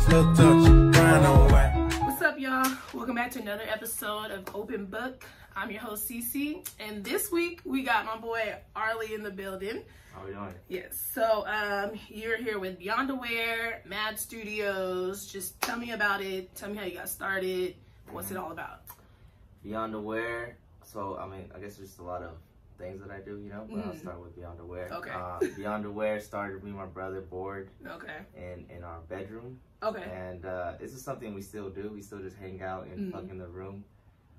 Slow touch, grind on whack. What's up, y'all? Welcome back to another episode of Open Book. I'm your host, Cece, and this week we got my boy Arlie in the building. Oh, yeah. Yes, so um, you're here with Beyond Aware, Mad Studios. Just tell me about it. Tell me how you got started. What's it all about? Beyond Aware. So, I mean, I guess there's just a lot of things that I do, you know, but I'll Mhm. start with Beyond Aware. Okay. Uh, Beyond Aware started me and my brother bored Okay. in, in our bedroom. Okay. And uh, this is something we still do. We still just hang out Mhm. and fuck in the room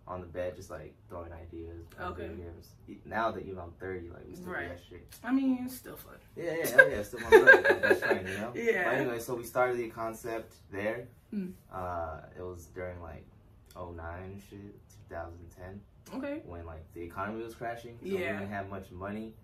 on the bed, just like throwing ideas, playing Okay. video games. E- Now that you know I'm 30, like, we still Right. do that shit. I mean, it's still fun. Yeah, yeah, hell yeah. Still my brother, my best friend, you know? But Yeah. anyway, so we started the concept there. Mm. Uh, it was during like 09 shit, 2010 Okay. when like the economy was crashing. So we Yeah. didn't have much money.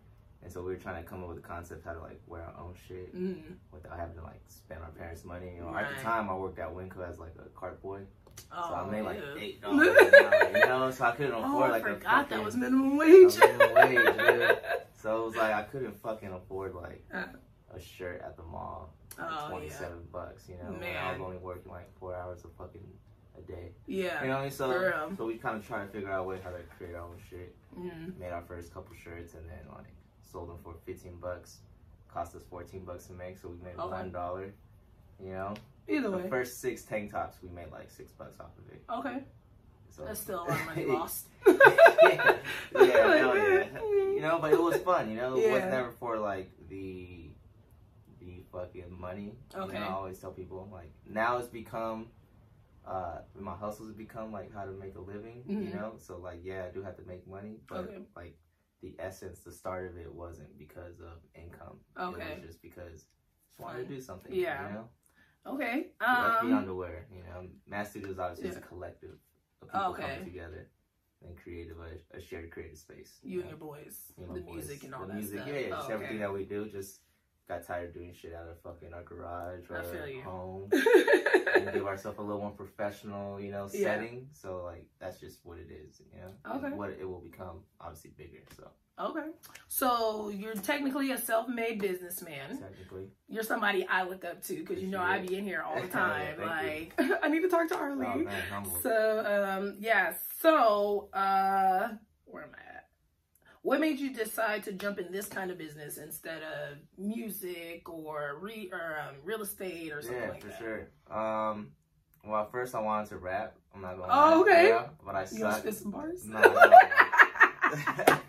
And so we were trying to come up with a concept how to like wear our own shit Mm. without having to like spend our parents' money. You know, at Right. Oh, the time I worked at Winco as like a cart boy. so I made like yeah. eight dollars an hour, you know, so I couldn't afford Oh, I like a forgot that fucking- was minimum wage. minimum wage, yeah. So it was like I couldn't fucking afford like Uh. a shirt at the mall for Oh, twenty seven bucks, you know. And I Man. was only working like four hours a fucking a day. yeah. You know what I mean? So For real. so we kinda try to figure out a way how to create our own shit Yeah. Mm. made our first couple shirts and then like sold them for 15 bucks cost us 14 bucks to make so we made Okay. one dollar you know Either the way. first six tank tops we made like six bucks off of it Okay. so That's still a lot of money lost. yeah, hell yeah. you know but it was fun you know it was Yeah. never for like the the fucking money Okay. you know, i always tell people like now it's become uh my hustle's become like how to make a living Mhm. you know so like yeah i do have to make money but Okay. like the essence the start of it wasn't because of income it Okay. was just because I wanted Fun. to do something Yeah. you know Okay. That's beyond Um. aware you know mass studios obviously is a collective of people Okay. coming together and creative a, a shared creative space You and know? your boys, You know, the boys, music and all the that music, stuff. yeah, yeah, just Oh, everything okay. that we do just got tired of doing shit out of fucking our garage I or feel our you. home and give ourselves a little more professional, you know, Yeah. setting. So like that's just what it is, you know. And Okay. What it will become, obviously bigger. So okay. So you're technically a self-made businessman. technically, You're somebody I look up to because you know I be in here all the Yeah, time. like thank I need to talk to oh Arlie. man, humble. so um yeah. So uh, where am I at? What made you decide to jump in this kind of business instead of music or re or um, real estate or something yeah, like for that? sure. Um, well, at first I wanted to rap. I'm not gonna. Oh, lie, okay. yeah, but I You want to suck. spit some bars? No, no, no. I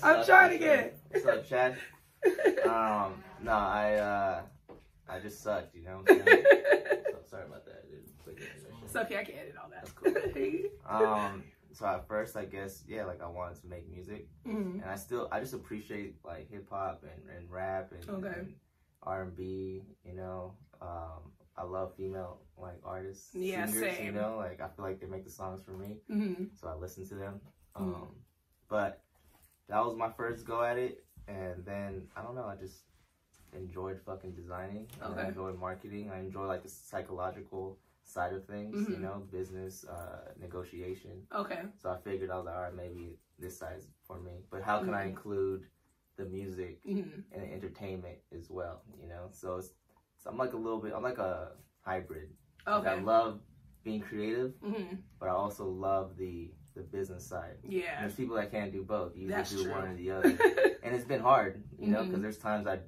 suck, trying I to get suck. What's up, Chad? Um, no, I uh, I just sucked. You know. What I'm saying? so, sorry about that. I didn't click it in there. It's okay, I can edit all that. That's cool. Um, so at first, I guess, yeah, like I wanted to make music, Mhm. and I still, I just appreciate like hip hop and, and rap and, Okay. R and B. You know, um, I love female like artists, Yeah, singers. You same. know, like I feel like they make the songs for me, Mhm. so I listen to them. Hmm. Um, but that was my first go at it, and then I don't know, I just enjoyed fucking designing. and I Okay. enjoyed marketing. I enjoy like the psychological side of things. You Mhm. know, business, uh, negotiation. Okay. So I figured I was like, all right, maybe this side's for me. But how can I Mhm. include include the music Mhm. and the entertainment as well? You know, so it's so I'm like a little bit, I'm like a hybrid. Like, I Okay. love being creative, Mhm. but I also love the the business side. Yeah. There's people that can't do both. You That's either do true. one or the other. and it's been hard, you know, because Mhm. there's times I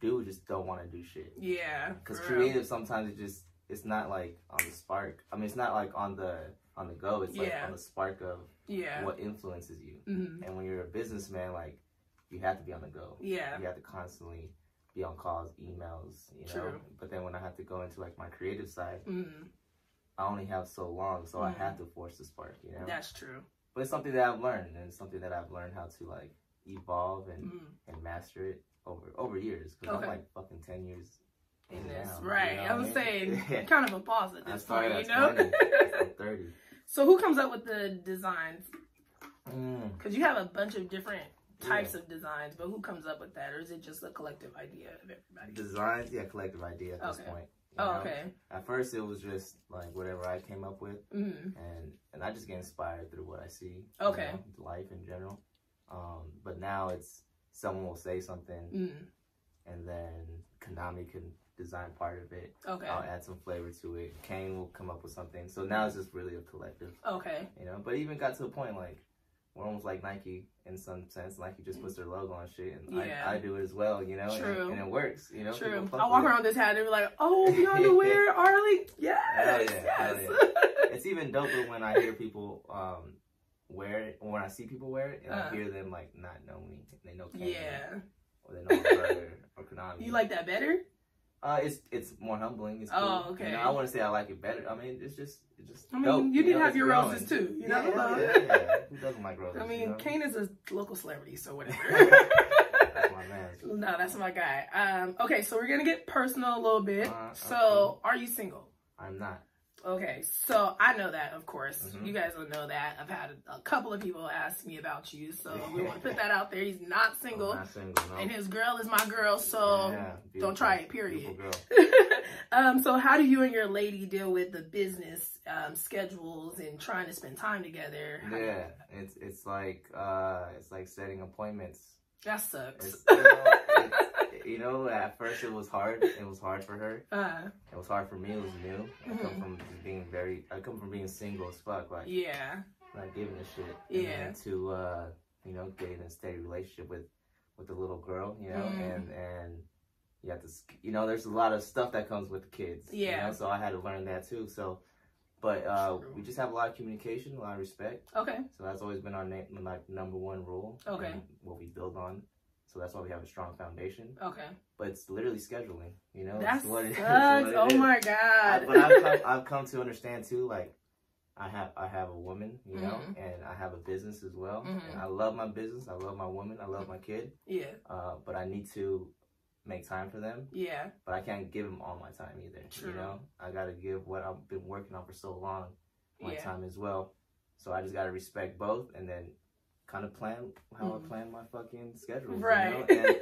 do just don't want to do shit. yeah. Because for real. creative sometimes it just it's not like on the spark. I mean, it's not like on the on the go. It's like Yeah. on the spark of Yeah. what influences you. Mhm. And when you're a businessman, like you have to be on the go. Yeah. You have to constantly be on calls, emails, you know. True. But then when I have to go into like my creative side, Mhm. I only have so long, so Mhm. I have to force the spark, you know. That's true. but it's something that I've learned, and it's something that I've learned how to like evolve and, Mhm. and master it over over years. Because Okay. I'm like fucking ten years in And that's now. you right. know I what was mean? saying kind of a pause at I this started point, you at know. 20. I'm thirty. so who comes up with the designs? Mm. Because you have a bunch of different types Yeah. of designs, but who comes up with that, or is it just a collective idea of everybody? Designs, yeah, collective idea at this Okay. point. you Oh, know? okay. At first, it was just like whatever I came up with, Mhm. and and I just get inspired through what I see. you Okay. know, life in general. Um, Mm. but now it's someone will say something, Mhm. and then Konami can design part of it. Okay. I'll add some flavor to it. Kane will come up with something. So now it's just really a collective, Okay. you know. But it even got to a point like we're almost like Nike in some sense. Nike just puts their logo on shit, and Yeah. I, I do it as well, you know. and- True. And, it works, you know. True. People fuck I walk with it. around this hat and be like, oh, beyond the wear, Arlie. Yes. Hell yeah, yes. hell It's even doper when I hear people um wear it, when I see people wear it, and Uh. I hear them like not know me. They know Kane, yeah. or they know my brother or Konami. You like that better? Uh, it's it's more humbling. It's Oh, cool. okay. You know, I want to say I like it better. I mean, it's just it's just. I mean, dope, you did know, have it's your growing. roses too. You know. yeah, yeah, yeah. Who doesn't like roses? I mean, you know? Kane is a local celebrity, so whatever. That's my man. no, that's my guy. Um, okay, so we're gonna get personal a little bit. Uh, so, are you single? I'm not. Okay, so I know that, of course. Mhm. You guys will know that. I've had a, a couple of people ask me about you, so we want to put that out there. He's not single, I'm not single. Oh, No. and his girl is my girl, so. Yeah, don't beautiful- try it, period. beautiful girl. um, so how do you and your lady deal with the business um, schedules and trying to spend time together? How- Yeah, it's it's like uh, it's like setting appointments. That sucks. It's, you, know, it's- you know, at first it was hard. It was hard for her. Uh, It was hard for me. It was new. I Mhm. come from just being very. I come from being single as fuck. Like yeah. not giving a shit. Yeah. And then to uh, you know, getting a steady relationship with with a little girl, you know, Mm. and and you have to, sk- you know, there's a lot of stuff that comes with the kids. you Yeah. know, so I had to learn that too. So, but uh, True. we just have a lot of communication, a lot of respect. Okay. So that's always been our na- like number one rule. Okay. and What we build on. So that's why we have a strong foundation. Okay. But it's literally scheduling. You know, that it's what it, sucks. it's what it oh is. my I, god. but I've come, I've come to understand too, like I have I have a woman, you know, Mhm. and I have a business as well. Mhm. And I love my business, I love my woman, I love my kid. yeah. Uh, but I need to make time for them. Yeah. But I can't give them all my time either. True. You know, I gotta give what I've been working on for so long my Yeah. time as well. So I just gotta respect both, and then kind of plan how Mhm. I plan my fucking schedule. Right. You know? and,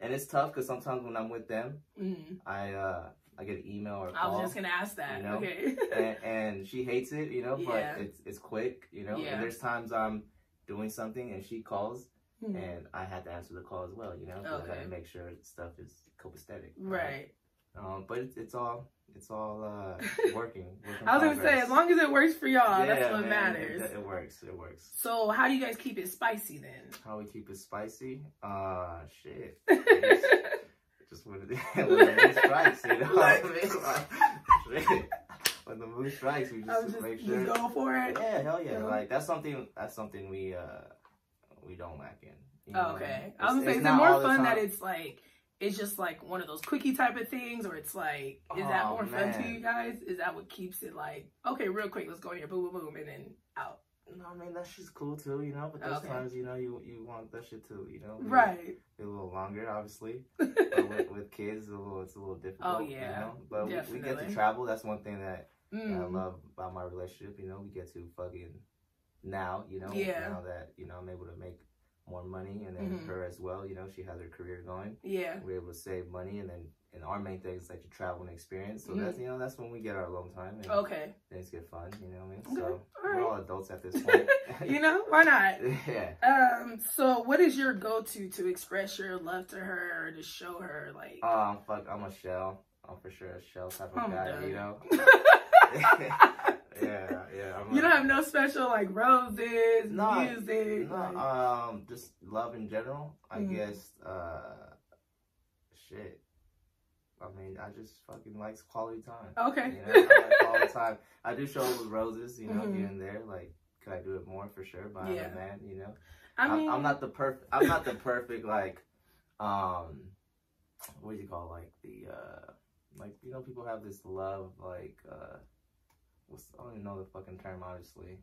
and it's tough because sometimes when I'm with them, Mm. I uh, I get an email or a I call was just gonna ask that. you know, okay. and, and she hates it, you know, but Yeah. it's it's quick, you know. Yeah. And there's times I'm doing something and she calls Mm. and I have to answer the call as well, you know. 'cause I Okay. gotta make sure stuff is copacetic. you know? right. Um, but it's it's all it's all uh working. work in I was gonna say, progress. as long as it works for y'all, that's what man, matters. It, it works, it works. so how do you guys keep it spicy then? How we keep it spicy? Uh shit. Just- Just when, it, when the mood strikes, you know what I mean? Shit. when the mood strikes, we I'm just, just, make just sure go for it. Yeah, hell yeah. Yeah. Like that's something that's something we uh we don't lack in. you know what I mean? Oh, Okay. I was gonna It's- say, it's is it not more all the fun that time- it's like it's just like one of those quickie type of things, or it's like is that Aw, more fun to Oh, man. you guys? Is that what keeps it like okay, real quick, let's go in here, boom, boom, boom, and then out. No, I mean that shit's cool too, you know. But those Okay. times, you know, you you want that shit to, you know, be- Right. be a little longer, obviously. but with, with kids, a little it's a little difficult. Oh, yeah. You know? But we, we get Definitely. to travel. That's one thing that, that I Mm. love about my relationship. You know, we get to fucking now. You know, Yeah. now that you know I'm able to make more money, and then Mhm. her as well. You know, she has her career going. Yeah. we're able to save money and then and our main thing is like to travel and experience. So that's you know, that's when we get our alone time and Mm. Okay. things get fun, you know what I mean? Okay. So All we're right. all adults at this point. You know why not? yeah. Um. So, what is your go to to express your love to her or to show her like? Um fuck I'm a shell. I'm for sure a shell type of I'm guy, done. you know? you Yeah, yeah. I'm don't have no special like roses, No, music. no, like- um just love in general. I Mhm. guess uh shit. I mean, I just fucking likes quality time. okay. You know, I like all the time. I do show up with roses, you know, Mhm. here and there. Like, could I do it more for sure? But I'm Yeah. a man, you know. I I'm- mean, I'm not the perfect. I'm not the perfect like, um, what do you call like the uh, like you know people have this love like uh, what's I don't even know the fucking term honestly.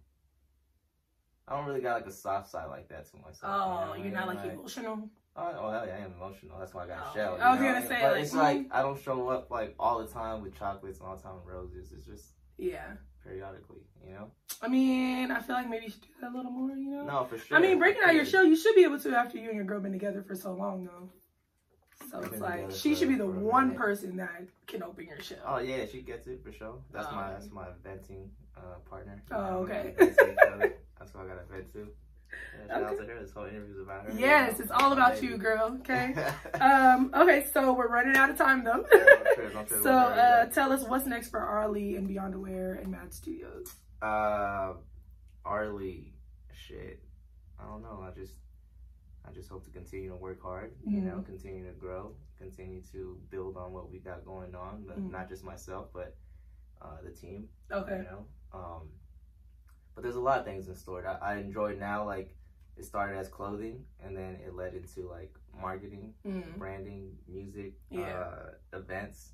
I don't really got like a soft side like that to myself. Oh, you know what I you're not mean? like emotional. Oh, oh hell yeah, I am emotional. That's why I got Oh, a shell. I was you know? gonna say, but like, it's mm. like I don't show up like all the time with chocolates and all the time with roses. It's just Yeah. periodically, you know. I mean, I feel like maybe you should do that a little more, you know? No, for sure. I mean, breaking out your shell. shell, you should be able to after you and your girl been together for so long, though. So We've it's been like, together she should be the for- for a one minute. person that can open your shell. Oh yeah, she gets it for sure. That's Oh. my that's my venting uh, partner. Oh, okay. We vent to each other. That's what I gotta vent to. Yeah, shout out to her. This whole interview's about her. Yes, it's all about you, girl. Okay. Um, okay, so we're running out of time though. so uh, tell us what's next for Arlie and Beyond Aware and Mad Studios. Uh, Arlie, shit. I don't know. I just, I just hope to continue to work hard. You know, continue to grow, continue to build on what we got going on. But Mhm. not just myself, but uh, the team. Okay. You know. Um, but there's a lot of things in store. that I, I enjoy now. Like, it started as clothing, and then it led into like marketing, Mm. branding, music, Yeah. uh, events.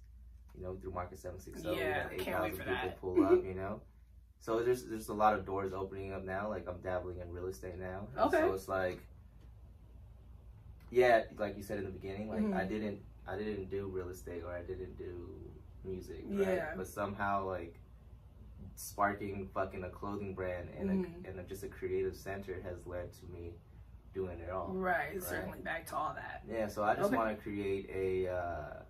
You know, through Market Seven Six Zero, Yeah, we got eight can't wait thousand for people that. pull up. You know, so there's there's a lot of doors opening up now. Like I'm dabbling in real estate now. And Okay. So it's like, yeah, like you said in the beginning, like Mhm. I didn't I didn't do real estate or I didn't do music, Yeah. right? But somehow like sparking fucking a clothing brand and Mhm. a, and a, just a creative center has led to me doing it all. Right. Right. Certainly back to all that. Yeah, so I just Okay. want to create a uh,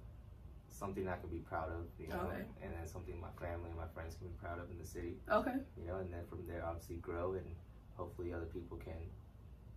something I can be proud of, you know, Okay. and then something my family and my friends can be proud of in the city, Okay. you know, and then from there obviously grow and hopefully other people can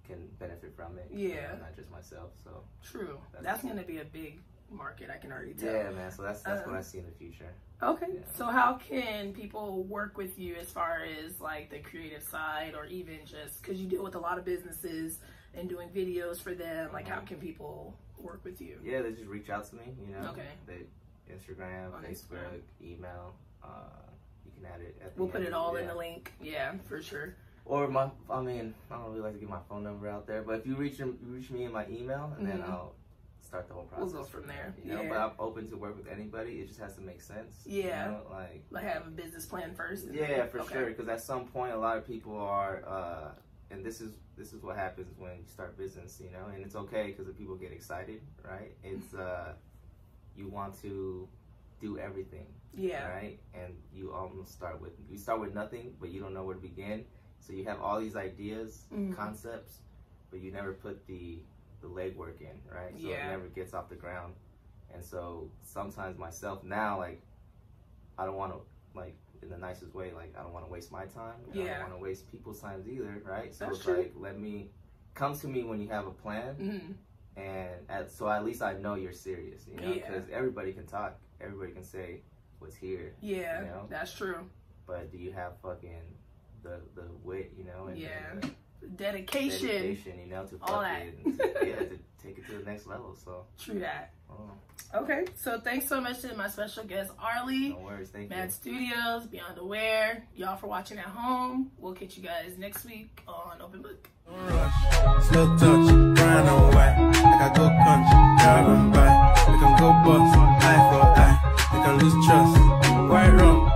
can benefit from it. you know, Yeah. not just myself. So True. That's- That's gonna be a big market. I can already tell. yeah, man. So that's that's Uh, what I see in the future. Okay. Yeah. So how can people work with you as far as like the creative side or even just because you deal with a lot of businesses and doing videos for them, like Mm-hmm. how can people work with you? Yeah, they just reach out to me, you know. Okay. They Instagram, On Facebook, Instagram. email. Uh, you can add it. At the We'll put end, it all in yeah. the link. Yeah, for sure. Or my, I mean, I don't really like to get my phone number out there, but if you reach you reach me in my email, and then Mhm. I'll start the whole We'll process. go from there. You know, Yeah. but I'm open to work with anybody. It just has to make sense. Yeah. You know, like. Like have a business plan first. and Yeah, then- for okay. sure. Because at some point, a lot of people are, uh, and this is this is what happens when you start business, you know. And it's okay because the people get excited, right? It's uh, you want to do everything, Yeah. right? And you almost start with you start with nothing, but you don't know where to begin. So you have all these ideas, Mhm. concepts, but you never put the the legwork in, right? So Yeah. it never gets off the ground. And so sometimes myself now, like, I don't want to, like, in the nicest way, like, I don't want to waste my time. and I Yeah. don't want to waste people's times either, right? So That's it's true. like, let me come to me when you have a plan Mhm. and at, so at least I know you're serious, you know, Yeah. because everybody can talk, everybody can say what's here, Yeah, You know? that's true. but do you have fucking the the wit, you know, and the- Yeah. the Dedication. dedication, you know, to fuck All it, that. and to, yeah, to take it to the next level. So, True that. oh, Okay. So thanks so much to my special guest Arlie. no worries, thank Mad Studios, Beyond Aware. Y'all for watching at home. We'll catch you guys next week on Open Book. Slow touch, grind on whack. Like I go country, drive 'em back. We can go bust, eye for eye. We can lose trust, quite wrong.